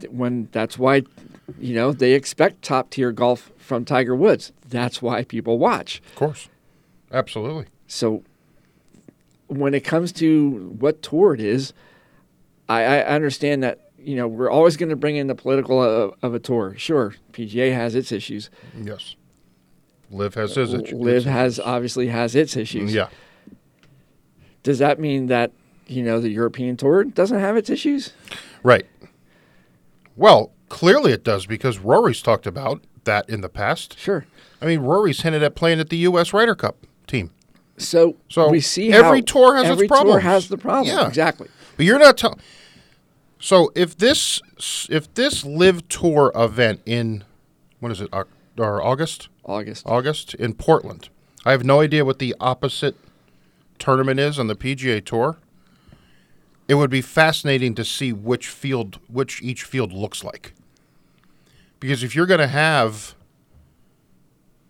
S1: Th- When that's why, you know, they expect top tier golf from Tiger Woods. That's why people watch.
S2: Of course. Absolutely.
S1: So when it comes to what tour it is, I, I understand that you know we're always going to bring in the political of, of a tour. Sure, PGA has its issues.
S2: Yes. Live has his. it-
S1: Live
S2: it's-
S1: has obviously has its issues.
S2: Yeah.
S1: Does that mean that you know the European tour doesn't have its issues?
S2: Right. Well, clearly it does because Rory's talked about that in the past.
S1: Sure.
S2: I mean, Rory's hinted at playing at the U.S. Ryder Cup team.
S1: So,
S2: So
S1: we see
S2: every
S1: how
S2: tour has its
S1: every tour
S2: problems.
S1: has the problem.
S2: Yeah.
S1: Exactly.
S2: But you're not telling. So if this if this live tour event in what is it Oc- or August
S1: August.
S2: August in Portland, I have no idea what the opposite tournament is on the PGA Tour. It would be fascinating to see which field, which each field looks like. Because if you're going to have,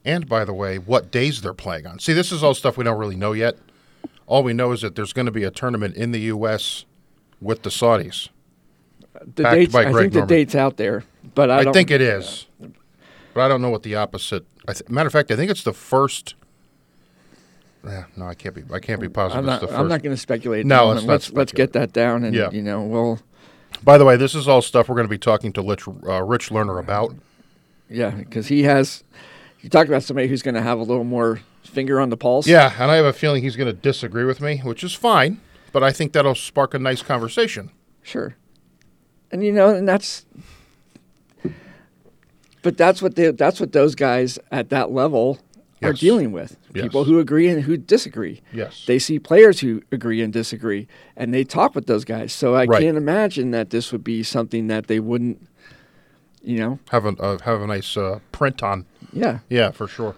S2: and by the way, what days they're playing on. See, this is all stuff we don't really know yet. All we know is that there's going to be a tournament in the U.S. with the Saudis.
S1: The
S2: Backed
S1: dates,
S2: by
S1: I
S2: Greg
S1: think the
S2: Norman.
S1: date's out there, but I,
S2: I,
S1: don't
S2: think it is, but I don't know what the opposite. I th- matter of fact, I think it's the first. Eh, no, I can't be. I can't be positive.
S1: I'm
S2: it's
S1: not,
S2: the 1st
S1: I'm not going to speculate. on
S2: No, let's
S1: it.
S2: not
S1: let's let's get that down, and
S2: Yeah.
S1: you know, we'll
S2: By the way, this is all stuff we're going to be talking to Rich, uh, Rich Lerner about.
S1: yeah, because he has. You talk about somebody who's going to have a little more finger on the pulse.
S2: Yeah, and I have a feeling he's going to disagree with me, which is fine. But I think that'll spark a nice conversation.
S1: Sure. And you know, and that's but that's what they, that's what those guys at that level are
S2: Yes.
S1: dealing with.
S2: Yes.
S1: People who agree and who disagree.
S2: Yes.
S1: They see players who agree and disagree and they talk with those guys. So I
S2: Right.
S1: can't imagine that this would be something that they wouldn't you know.
S2: Have a uh, have a nice uh, print on.
S1: Yeah.
S2: Yeah, for sure.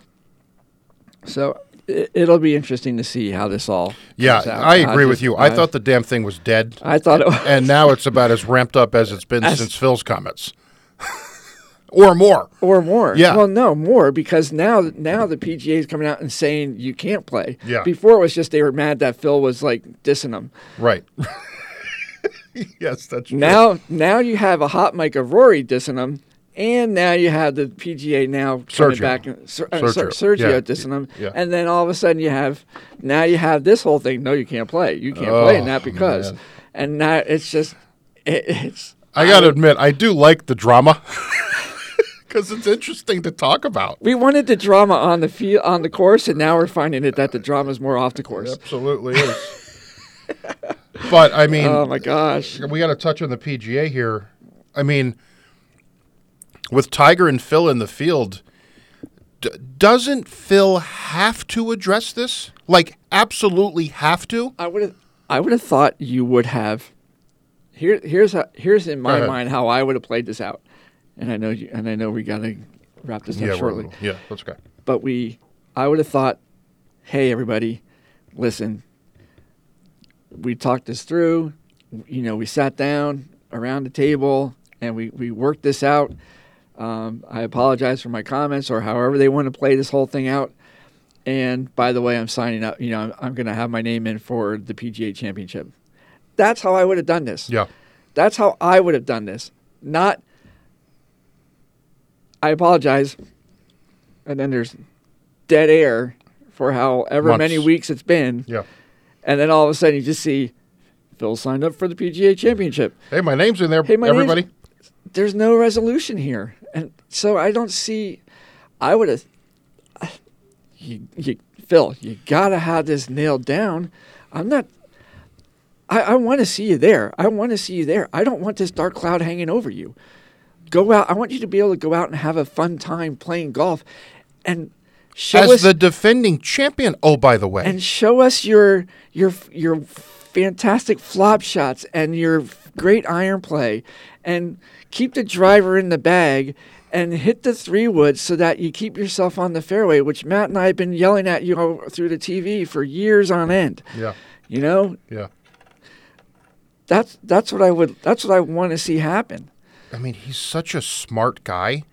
S1: So it, it'll be interesting to see how this all
S2: Yeah,
S1: comes out.
S2: I agree with
S1: just-
S2: you. I thought the damn thing was dead,
S1: I thought it was,
S2: and now it's about as ramped up as it's been
S1: As-
S2: since Phil's comments, or more.
S1: or more.
S2: Yeah.
S1: Well, no, more because now now the PGA is coming out and saying you can't play.
S2: Yeah.
S1: Before it was just they were mad that Phil was like dissing them.
S2: Right. yes, that's true.
S1: Now now you have a hot mic of Rory dissing them, and now you have the PGA now coming
S2: Sergio.
S1: back and Ser, uh, Ser-
S2: Sergio,
S1: Sergio
S2: yeah.
S1: dissing them,
S2: Yeah.
S1: and then all of a sudden you have now you have this whole thing. No, you can't play. You can't play, and
S2: Oh,
S1: that because,
S2: man.
S1: and now it's just it, it's.
S2: I got to admit, I do like the drama because it's interesting to talk about.
S1: We wanted the drama on the field, on the course, and now we're finding it that the drama is more off the course.
S2: Absolutely is. but I mean,
S1: Oh my gosh!
S2: we got to touch on the PGA here. I mean, with Tiger and Phil in the field, d- doesn't Phil have to address this? Like, absolutely have to?
S1: I would have I would have thought you would have here here's how, here's in my
S2: ahead.
S1: mind how I would have played this out. And I know you and I know we got to wrap this up
S2: we're a
S1: shortly.
S2: little- yeah, let's go.
S1: But we I would have thought hey everybody listen we talked this through you know we sat down around the table and we we worked this out um, I apologize for my comments or however they want to play this whole thing out. And by the way, I'm signing up. You know, I'm, I'm going to have my name in for the PGA Championship. That's how I would have done this.
S2: Yeah,
S1: That's how I would have done this. Not, I apologize. And then there's dead air for however
S2: Months.
S1: many weeks it's been.
S2: yeah.
S1: And then all of a sudden you just see Phil signed up for the PGA Championship
S2: Hey, my name's in there,
S1: Hey, my name's-
S2: everybody.
S1: there's no resolution here, and so I don't see. I would have. You, you, Phil, you gotta have this nailed down. I'm not. I, I want to see you there. I want to see you there. I don't want this dark cloud hanging over you. Go out. I want you to be able to go out and have a fun time playing golf, and show
S2: As
S1: us
S2: the defending champion. Oh, by the way.
S1: and show us your your your fantastic flop shots and your great iron play and keep the driver in the bag and hit the three wood so that you keep yourself on the fairway which Matt and I have been yelling at you o- through the TV for years on end.
S2: yeah,
S1: You know,
S2: yeah.
S1: that's that's what I would that's what I want to see happen.
S2: I mean, he's such a smart guy.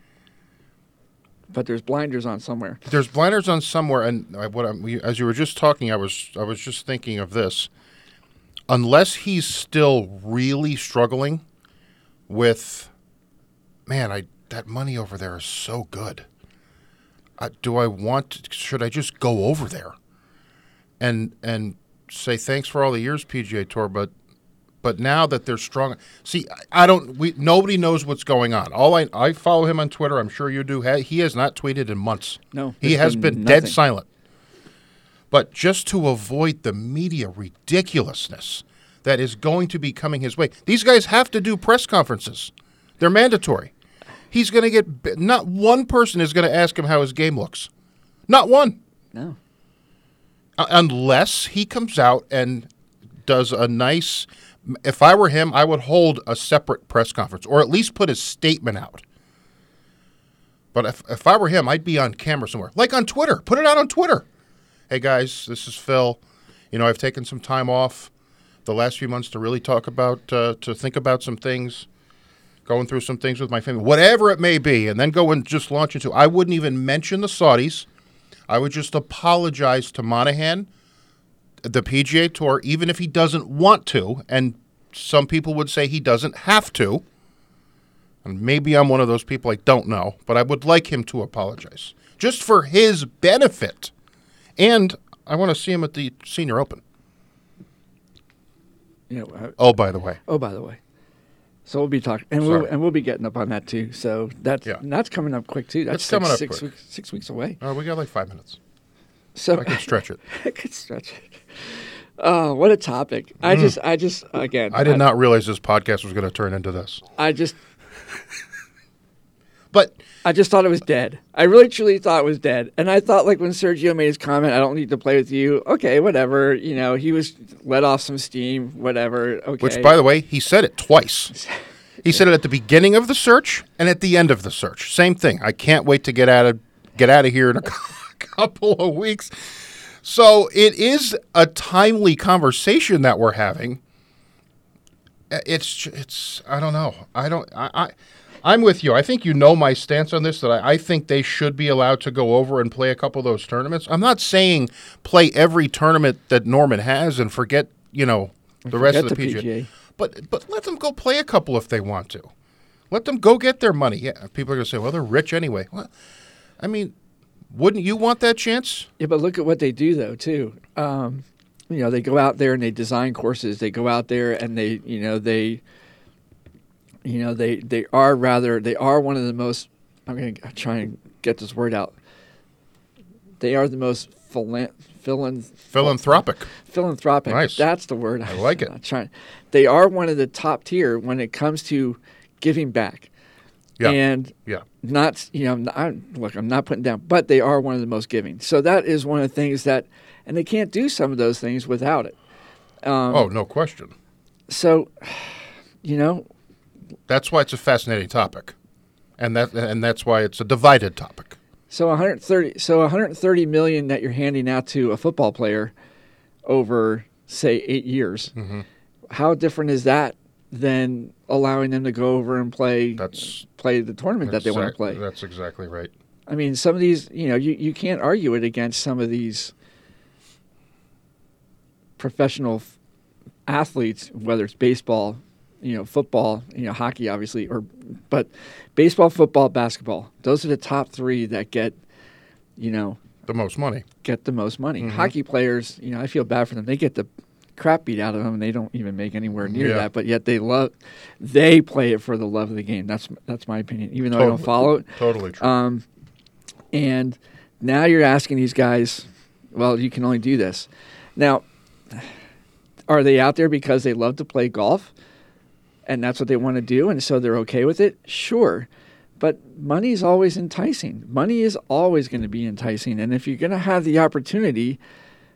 S1: But there's blinders on somewhere.
S2: There's blinders on somewhere, and I, what I'm, we- as you were just talking, I was I was just thinking of this. Unless he's still really struggling with, man, I that money over there is so good. I, do I want? Should I just go over there, and and say thanks for all the years PGA Tour, but but now that they're strong, see, I, I don't. We nobody knows what's going on. All I I follow him on Twitter. I'm sure you do. Ha- He has not tweeted in months.
S1: No,
S2: he
S1: there's
S2: has
S1: been
S2: been, dead
S1: nothing.
S2: silent. But just to avoid the media ridiculousness that is going to be coming his way, these guys have to do press conferences. They're mandatory. He's going to get b- not one person is going to ask him how his game looks. Not one
S1: No.
S2: uh, unless he comes out and does a nice if i were him i would hold a separate press conference or at least put a statement out but if, if i were him i'd be on camera somewhere like on twitter put it out on twitter hey guys this is phil you know i've taken some time off the last few months to really talk about, uh, to think about some things, going through some things with my family, whatever it may be, and then go and just launch into. I wouldn't even mention the Saudis. I would just apologize to Monahan, the PGA Tour, even if he doesn't want to, and some people would say he doesn't have to. And maybe I'm one of those people I don't know, but I would like him to apologize just for his benefit. And I want to see him at the Senior Open.
S1: You know, uh,
S2: Oh, by the way,
S1: oh, by the way, so we'll be talking, and
S2: Sorry.
S1: we'll and we'll be getting up on that too. So that's
S2: Yeah.
S1: and that's coming up quick too. That's
S2: It's
S1: six,
S2: coming up
S1: six
S2: quick.
S1: weeks six weeks away.
S2: uh, we got like five minutes.
S1: So
S2: I can stretch it.
S1: I could stretch it. Oh, what a topic! I just, I just, again,
S2: Mm. I did not realize this podcast was going to turn into this,
S1: I just,
S2: but
S1: I just thought it was dead. I really, truly thought it was dead. And I thought, like, when Sergio made his comment, "I don't need to play with you." Okay, whatever. You know, he was let off some steam. Whatever. Okay.
S2: which, by the way, he said it twice. He said it at the beginning of the search and at the end of the search. Same thing. I can't wait to get out of get out of here in a couple of weeks. So it is a timely conversation that we're having. Uh, It's ju- it's I don't know. I don't I. I I'm with you. I think you know my stance on this that I, I think they should be allowed to go over and play a couple of those tournaments. I'm not saying play every tournament that Norman has and forget, you know, the rest of the,
S1: forget the PGA.
S2: But but let them go play a couple if they want to. Let them go get their money. Yeah, people are going to say, "Well, they're rich anyway." Well, I mean, wouldn't you want that chance?
S1: Yeah, but look at what they do though too. Um, you know, they go out there and they design courses. They go out there and they, you know, they, you know, they they are rather they are one of the most. I'm going to try and get this word out. They are the most philan- philan-
S2: Philanthropic.
S1: philanthropic.
S2: Nice.
S1: That's the word. I
S2: like it.
S1: Trying. They are one of the top tier when it comes to giving back.
S2: Yeah.
S1: And
S2: yeah.
S1: not you know I'm not, I'm, look i'm not putting down but they are one of the most giving so that is one of the things that and they can't do some of those things without it
S2: oh, no question.
S1: so you know
S2: That's why it's a fascinating topic, and that and that's why it's a divided topic.
S1: so 130 so 130 million that you're handing out to a football player over say eight years
S2: Mm-hmm.
S1: how different is that than allowing them to go over and play
S2: That's
S1: play the tournament that they want to
S2: exact-
S1: play
S2: That's exactly right.
S1: I mean, some of these, you know, you, you can't argue it against some of these professional f- athletes, whether it's baseball, you know, football, you know, hockey, obviously, or but baseball, football, basketball. Those are the top three that get, you know,
S2: The most money.
S1: get the most money.
S2: Mm-hmm.
S1: Hockey players, you know, I feel bad for them. They get the crap beat out of them, and they don't even make anywhere near
S2: Yeah.
S1: that. But yet they love, they play it for the love of the game. That's that's my opinion. Even though I don't
S2: Totally-
S1: follow it,
S2: Totally true.
S1: um, and now you're asking these guys, well, you can only do this. Now, are they out there because they love to play golf and that's what they want to do and so they're okay with it? Sure. But money is always enticing. Money is always going to be enticing. And if you're going to have the opportunity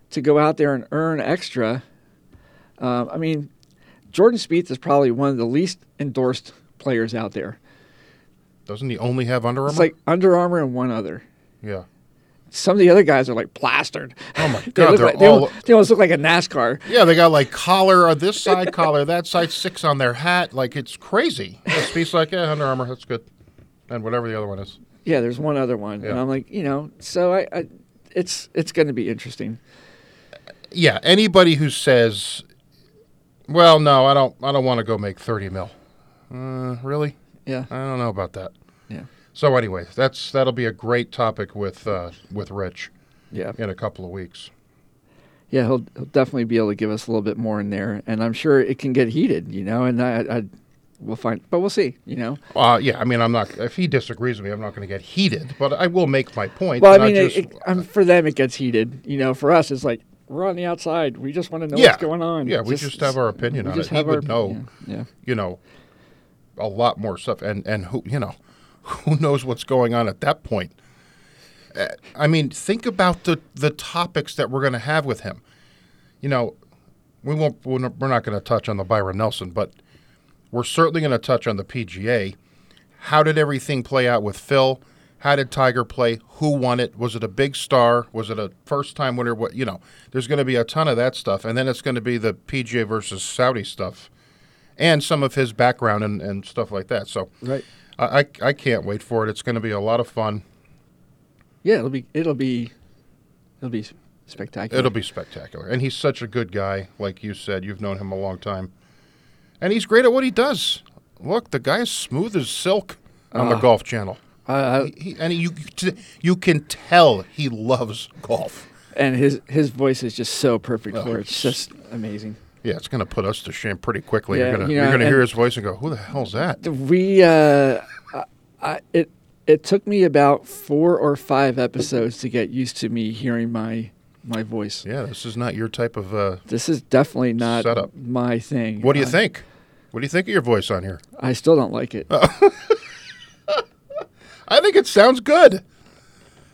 S1: to go out there and earn extra, um, I mean, Jordan Spieth is probably one of the least endorsed players out there.
S2: Doesn't he only have Under Armour?
S1: It's like Under Armour and one other.
S2: yeah.
S1: some of the other guys are like plastered.
S2: Oh my
S1: they,
S2: God,
S1: look
S2: they're
S1: like, they,
S2: all-
S1: al- they almost look like a NASCAR.
S2: Yeah, they got like collar on this side, collar that side, six on their hat. Like it's crazy. This piece like yeah, Under Armour, that's good, and whatever the other one is.
S1: Yeah, there's one other one, and
S2: Yeah.
S1: I'm like, you know, so I, I it's it's going to be interesting.
S2: Yeah, anybody who says, "Well, no, I don't, I don't want to go make thirty mil," uh, really,
S1: Yeah,
S2: I don't know about that.
S1: yeah,
S2: So anyway, that's that'll be a great topic with uh, with Rich
S1: yeah,
S2: in a couple of weeks.
S1: yeah. He'll he'll definitely be able to give us a little bit more in there, and I'm sure it can get heated, you know. And I, I we'll find, but we'll see, you know.
S2: Uh, yeah, I mean, I'm not. If he disagrees with me, I'm not going to get heated, but I will make my point.
S1: Well,
S2: and
S1: I mean,
S2: just-
S1: it, it, I'm, for them it gets heated, you know. For us, it's like we're on the outside. We just want to know
S2: yeah,
S1: what's going on.
S2: Yeah, we just, have our opinion
S1: we
S2: on
S1: just
S2: it. He
S1: have our
S2: would know.
S1: yeah. yeah.
S2: you know, a lot more stuff. And and who you know, who knows what's going on at that point? Uh, I mean, think about the the topics that we're going to have with him. You know, we won't. We're not, we're not going to touch on the Byron Nelson, but we're certainly going to touch on the PGA. How did everything play out with Phil? How did Tiger play? Who won it? Was it a big star? Was it a first time winner? What you know? There's going to be a ton of that stuff, and then it's going to be the PGA versus Saudi stuff, and some of his background and, and stuff like that. So
S1: Right.
S2: I, I I can't wait for it. It's going to be a lot of fun.
S1: Yeah, it'll be it'll be it'll be spectacular.
S2: It'll be spectacular. And he's such a good guy, like you said. You've known him a long time. And he's great at what he does. Look, the guy is smooth as silk on the Golf Channel.
S1: Uh,
S2: He, and you, you can tell he loves golf.
S1: and his his voice is just so perfect
S2: Oh,
S1: for it. It's just amazing.
S2: Yeah, it's going to put us to shame pretty quickly.
S1: Yeah,
S2: you're going
S1: you know,
S2: to
S1: and-
S2: hear his voice and go, who the hell's that?
S1: We uh, I, I, it it took me about four or five episodes to get used to me hearing my my voice.
S2: Yeah, this is not your type of. Uh,
S1: This is definitely not
S2: Setup.
S1: my thing.
S2: what do you
S1: I-
S2: think? What do you think of your voice on here?
S1: I still don't like it.
S2: I think it sounds good.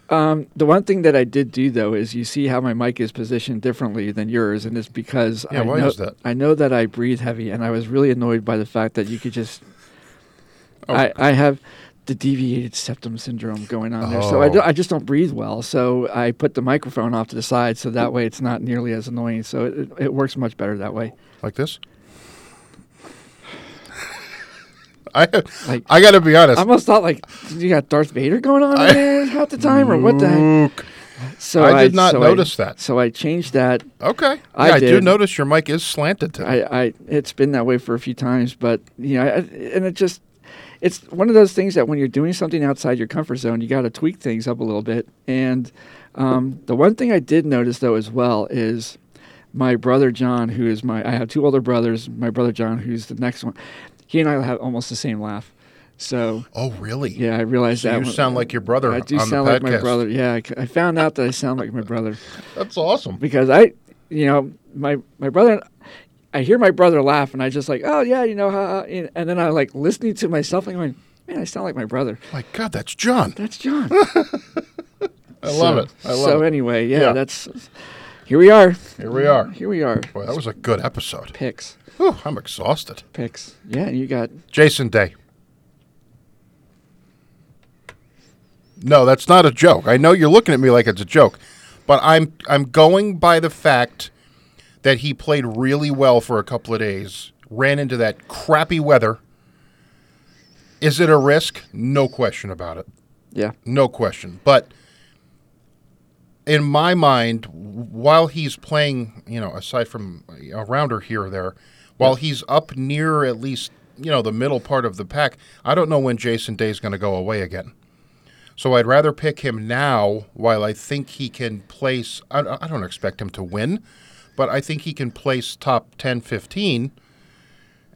S1: Um, the one thing that I did do though is you see how my mic is positioned differently than yours, and it's because
S2: Yeah,
S1: I
S2: why
S1: know,
S2: is that?
S1: I know that I breathe heavy, and I was really annoyed by the fact that you could just.
S2: Oh.
S1: I, I have the deviated septum syndrome going on there, so I, do,
S2: Oh.
S1: I just don't breathe well. So I put the microphone off to the side, so that way it's not nearly as annoying. So it, it, it works much better that way.
S2: Like this? I,
S1: Like-
S2: I got to be honest.
S1: I almost thought like you got Darth Vader going on in there half the time, or what the heck?
S2: Luke.
S1: So
S2: I did not
S1: so
S2: notice that.
S1: So I changed that
S2: Okay.
S1: I
S2: yeah, I do
S1: did.
S2: notice your mic is slanted today.
S1: I, I it's been that way for a few times, but you know, I, and it just it's one of those things that when you're doing something outside your comfort zone, you got to tweak things up a little bit. And um, the one thing I did notice though as well is my brother John, who is my I have two older brothers. My brother John, who's the next one, he and I have almost the same laugh. So
S2: oh, really?
S1: yeah, I realized
S2: So
S1: that
S2: you
S1: when-
S2: sound like your brother
S1: I do
S2: on
S1: sound
S2: the
S1: like
S2: podcast.
S1: my brother. Yeah, I c I I found out that I sound like my brother
S2: That's awesome.
S1: because I, you know, my my brother, I hear my brother laugh, and I just like, oh yeah, you know, ha, ha," and and then I like listening to myself and going, man, I sound like my brother.
S2: My God, that's John.
S1: That's John.
S2: I love it. I love
S1: so
S2: it.
S1: anyway, yeah,
S2: Yeah.
S1: that's here we are.
S2: Here we are.
S1: Here we are.
S2: Boy, that was a good episode.
S1: Picks,
S2: Whew, I'm exhausted.
S1: picks. Yeah, you got
S2: Jason Day. No, that's not a joke. I know you're looking at me like it's a joke, but I'm I'm going by the fact that he played really well for a couple of days, ran into that crappy weather. Is it a risk? No question about it.
S1: yeah,
S2: No question. But in my mind, while he's playing, you know, aside from a rounder here or there, while he's up near at least, you know, the middle part of the pack, I don't know when Jason Day's going to go away again. So I'd rather pick him now while I think he can place. I, I don't expect him to win, but I think he can place top 10, 15.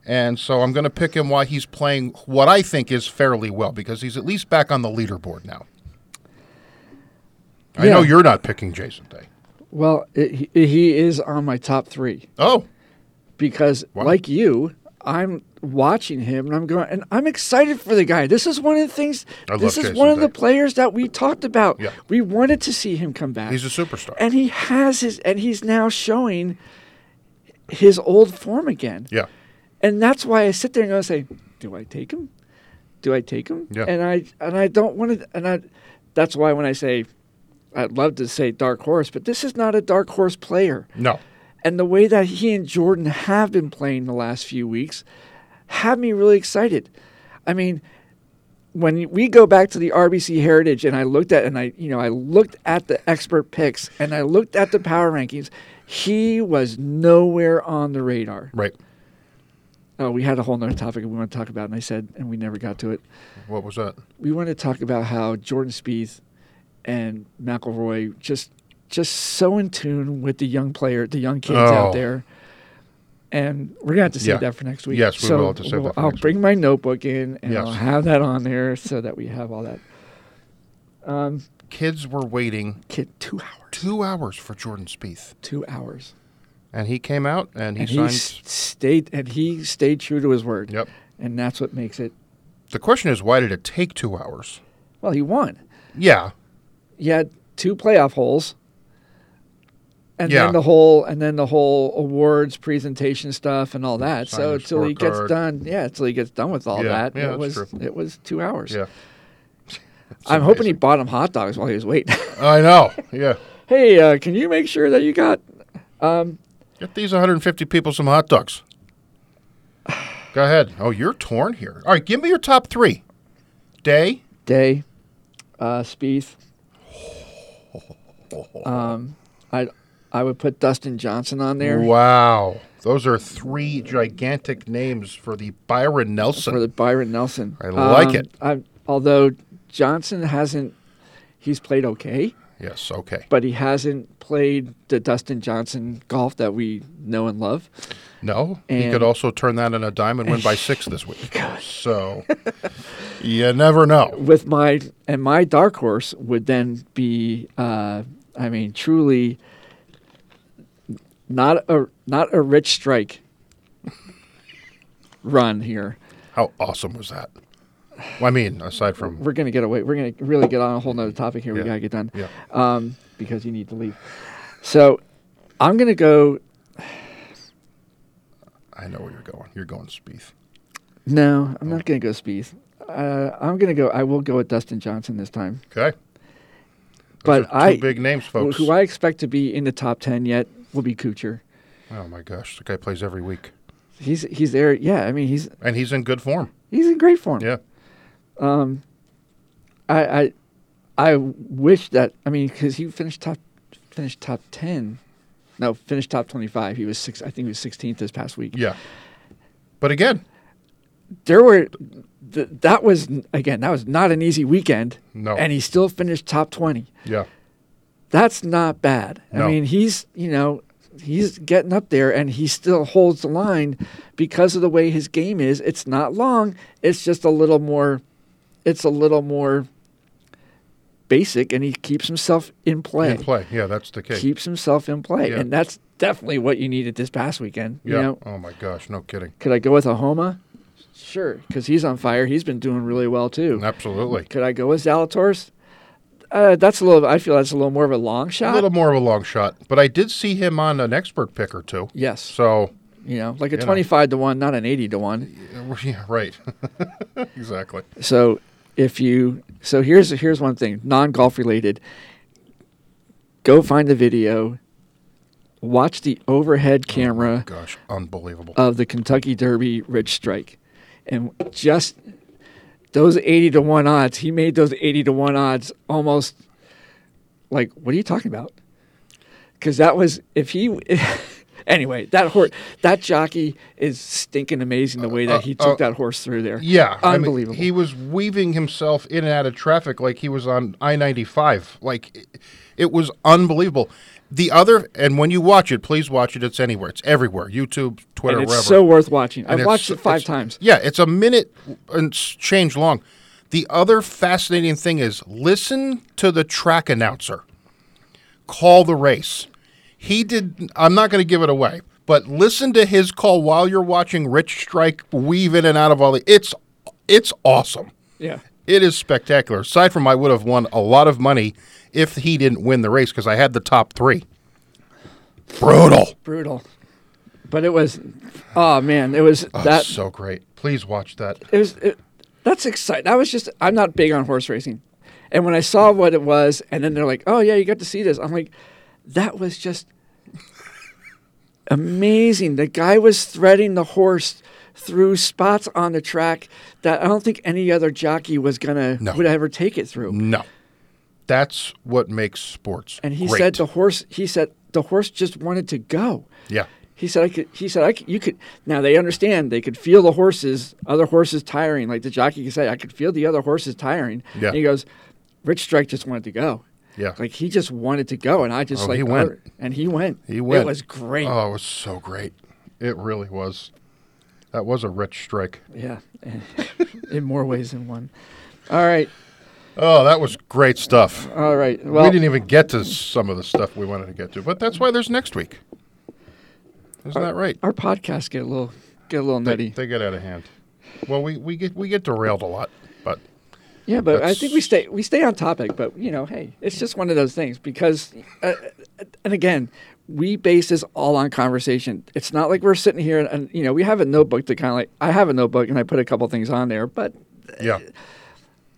S2: And so I'm going to pick him while he's playing what I think is fairly well because he's at least back on the leaderboard now. I know
S1: Yeah.
S2: you're not picking Jason Day.
S1: well, it, he, he is on my top three
S2: Oh,
S1: because
S2: Wow.
S1: like you. I'm watching him and I'm going and I'm excited for the guy. This is one of the things
S2: I love
S1: this is
S2: Jason
S1: one of
S2: Day.
S1: the players that we talked about.
S2: Yeah.
S1: We wanted to see him come back.
S2: he's a superstar.
S1: and he has his and he's now showing his old form again
S2: Yeah.
S1: and that's why i sit there and go say do i take him do i take him
S2: Yeah.
S1: and i and i don't want to and i that's why when i say i'd love to say dark horse but this is not a dark horse player
S2: No.
S1: and the way that he and jordan have been playing the last few weeks have me really excited i mean when we go back to the RBC Heritage and I looked at and I you know I looked at the expert picks and I looked at the power rankings, he was nowhere on the radar.
S2: Right.
S1: Oh, we had a whole nother topic we want to talk about, and I said, and we never got to it.
S2: What was that?
S1: We want to talk about how Jordan Spieth and McIlroy just just so in tune with the young player, the young kids
S2: Oh.
S1: out there. And we're gonna have to save
S2: Yeah.
S1: that for next week.
S2: Yes, we
S1: So
S2: will have to save that
S1: we'll-
S2: for
S1: I'll
S2: next
S1: bring my notebook in and I'll
S2: Yes.
S1: have that on there so that we have all that. Um,
S2: Kids were waiting
S1: kid two hours
S2: two hours for Jordan Spieth,
S1: two hours
S2: and he came out and he
S1: and he
S2: signed.
S1: s- stayed and he stayed true to his word
S2: Yep.
S1: and that's what makes it
S2: The question is, why did it take two hours?
S1: well he won
S2: Yeah.
S1: he had two playoff holes and
S2: Yeah.
S1: then the whole and then the whole awards presentation stuff and all that
S2: Sign
S1: so
S2: your
S1: until he gets
S2: scorecard.
S1: done yeah until he gets done with all
S2: Yeah,
S1: that
S2: yeah,
S1: it
S2: that's
S1: was
S2: true.
S1: it was two hours
S2: Yeah.
S1: I'm hoping he bought him hot dogs while he was waiting.
S2: I know. Yeah.
S1: hey, uh, can you make sure that you got? Um,
S2: Get these 150 people some hot dogs. Go ahead. Oh, you're torn here. All right, give me your top three. Day.
S1: Day, uh, Spieth. Um, I I would put Dustin Johnson on there
S2: Wow. Those are three gigantic names for the Byron Nelson.
S1: for the Byron Nelson.
S2: I like
S1: Um,
S2: it.
S1: I, although Johnson hasn't, he's played okay,
S2: yes, okay.
S1: but he hasn't played the Dustin Johnson golf that we know and love.
S2: No, he
S1: And-
S2: could also turn that in a dime and win by six this week. So you never know.
S1: with my and my dark horse would then be uh, I mean truly not a not a rich strike run here.
S2: How awesome was that? Well, I mean, aside from
S1: We're gonna get away. We're gonna really get on a whole nother topic here.
S2: Yeah.
S1: We gotta get done
S2: yeah,
S1: um, because you need to leave. So I'm gonna go.
S2: I know where you're going. You're going Spieth.
S1: No, I'm not gonna go Spieth. Uh, I'm gonna go. I will go with Dustin Johnson this time.
S2: Okay.
S1: But
S2: Those are two
S1: I-
S2: big names,
S1: Who-
S2: folks.
S1: Who I expect to be in the top ten yet will be Kuchar.
S2: oh my gosh, the guy plays every week,
S1: He's he's there. Yeah, I mean he's
S2: and he's in good form.
S1: he's in great form.
S2: Yeah,
S1: Um, I, I, I wish that I mean because he finished top, finished top ten, no, finished top twenty five. He was six. I think he was sixteenth this past week.
S2: yeah. But again,
S1: There were, th- that was again that was not an easy weekend,
S2: no.
S1: and he still finished top twenty.
S2: yeah,
S1: That's not bad.
S2: No.
S1: I mean, he's you know. He's getting up there and he still holds the line because of the way his game is. It's not long. It's just a little more it's a little more basic and he keeps himself in play.
S2: in play. Yeah, that's the case.
S1: Keeps himself in play.
S2: Yeah.
S1: And that's definitely what you needed this past weekend.
S2: yeah.
S1: You know,
S2: oh my gosh, no kidding.
S1: could I go with a Homa? Sure, cuz he's on fire. He's been doing really well too.
S2: Absolutely.
S1: Could I go with Zalatoris? Uh, that's a little I feel that's a little more of a long
S2: A
S1: shot.
S2: little more of a long shot, but I did see him on an expert pick or two.
S1: yes.
S2: So,
S1: you know, like
S2: You
S1: a
S2: know.
S1: 25 to 1, not an 80 to 1.
S2: yeah, right. exactly.
S1: So if you, so here's, here's one thing non golf related. Go find the video, watch the overhead camera
S2: Gosh, unbelievable.
S1: of the Kentucky Derby Ridge Strike. And just those 80 to 1 odds, he made those 80 to 1 odds almost like, what are you talking about? Because that was, if he, anyway, that horse, that jockey is stinking amazing the way that he
S2: Uh, uh,
S1: took that horse through there.
S2: yeah, I mean,
S1: Unbelievable.
S2: he was weaving himself in and out of traffic like he was on I ninety five. Like it, it was unbelievable. The other, and when you watch it, please watch it. It's anywhere. It's everywhere. YouTube, Twitter,
S1: and it's
S2: wherever.
S1: so worth watching. I've
S2: And
S1: watched it
S2: it's-
S1: five
S2: it's-
S1: times.
S2: Yeah, it's a minute and s- change long. The other fascinating thing is listen to the track announcer call the race. He did. I'm not going to give it away, but listen to his call while you're watching Rich Strike weave in and out of all the. It's it's awesome.
S1: Yeah.
S2: It is spectacular. Aside from, I would have won a lot of money if he didn't win the race because I had the top three. Brutal.
S1: Brutal. But it was, oh man, it was that,
S2: so great. Please watch that.
S1: it was it, that's exciting. That was just I'm not big on horse racing, and when I saw what it was, and then they're like, "Oh yeah, you got to see this," I'm like, "That was just amazing." The guy was threading the horse through spots on the track that I don't think any other jockey was gonna
S2: No.
S1: would ever take it through.
S2: No. That's what makes sports.
S1: And he
S2: great.
S1: said the horse. He said the horse just wanted to go.
S2: Yeah.
S1: He said, I could, he said, I could, you could, now they understand they could feel the horses, other horses tiring. Like the jockey could say, I could feel the other horses tiring.
S2: Yeah.
S1: And he goes, Rich Strike just wanted to go.
S2: Yeah.
S1: Like he just wanted to go. And I just
S2: Oh,
S1: like,
S2: he went.
S1: I- and he went.
S2: He went.
S1: It was great.
S2: Oh, it was so great. It really was. That was a rich strike.
S1: Yeah. In more ways than one. All right.
S2: Oh, that was great stuff.
S1: All right. Well,
S2: we didn't even get to some of the stuff we wanted to get to, but that's why there's next week. Isn't that right?
S1: our podcasts get a little, get a little
S2: They,
S1: nutty.
S2: they get out of hand. Well, we, we get we get derailed a lot, but
S1: Yeah, but I
S2: That's-
S1: think we stay we stay on topic. But you know, hey, it's just one of those things because, uh, and again, we base this all on conversation. It's not like we're sitting here and, and you know we have a notebook to kind of like I have a notebook and I put a couple things on there, but
S2: yeah,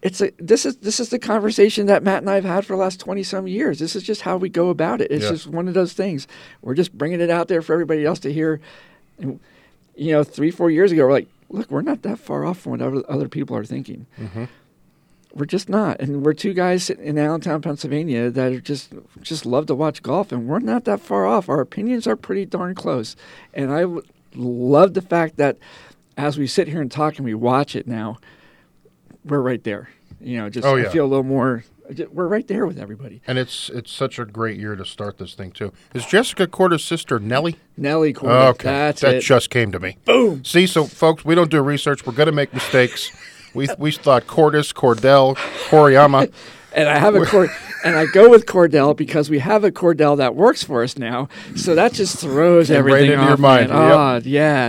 S1: it's a this is this is the conversation that Matt and I have had for the last twenty some years. This is just how we go about it. It's
S2: Yeah.
S1: just one of those things. We're just bringing it out there for everybody else to hear. And, you know, three four years ago, we're like, look, we're not that far off from what other, other people are thinking. We're just not, and we're two guys sitting in Allentown, Pennsylvania, that are just just love to watch golf, and we're not that far off. Our opinions are pretty darn close, and I w- love the fact that as we sit here and talk and we watch it now, we're right there. You know, just
S2: Oh,
S1: I
S2: yeah.
S1: feel a little more. I ju- We're right there with everybody.
S2: And it's it's such a great year to start this thing too. Is Jessica Corder's sister Nellie?
S1: Nelly Corbett,
S2: Okay,
S1: that's
S2: that
S1: it.
S2: just came to me. Boom. See, so folks, we don't do research. We're gonna make mistakes. we we thought Cordis, Cordell, Koriyama.
S1: and I have a cord, and I go with Cordell because we have a Cordell that works for us now. So that just throws
S2: Came right
S1: everything
S2: into
S1: off.
S2: your mind,
S1: man.
S2: yep.
S1: Oh,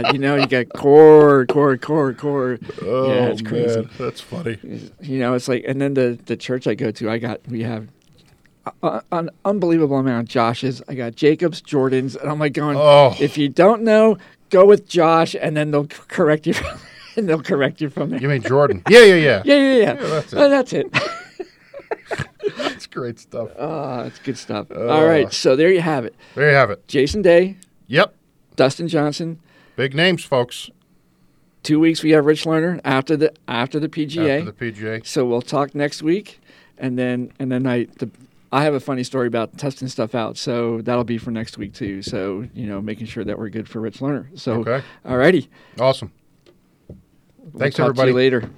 S1: yeah, you know, you got cord, cord, cord, cord.
S2: Oh,
S1: yeah, it's crazy.
S2: that's funny.
S1: you know it's like and then the the church i go to i got we have a- a- an unbelievable amount of joshes i got jacobs jordans and i'm like going
S2: Oh.
S1: if you don't know go with josh and then they'll c- correct you from, and they'll correct you from there
S2: You mean Jordan? Yeah, yeah, yeah.
S1: yeah yeah yeah,
S2: that's it.
S1: Oh, that's it
S2: That's great stuff.
S1: oh that's good stuff all right so there you have it
S2: There you have it.
S1: jason day
S2: Yep,
S1: dustin johnson
S2: big names, folks.
S1: two weeks we have rich lerner after the after the pga
S2: After the PGA.
S1: So we'll talk next week, and then and then I the, I have a funny story about testing stuff out. So that'll be for next week too. So you know, making sure that we're good for Rich Lerner. So
S2: Okay.
S1: alrighty,
S2: Awesome.
S1: We'll
S2: Thanks,
S1: talk to you
S2: everybody.
S1: later.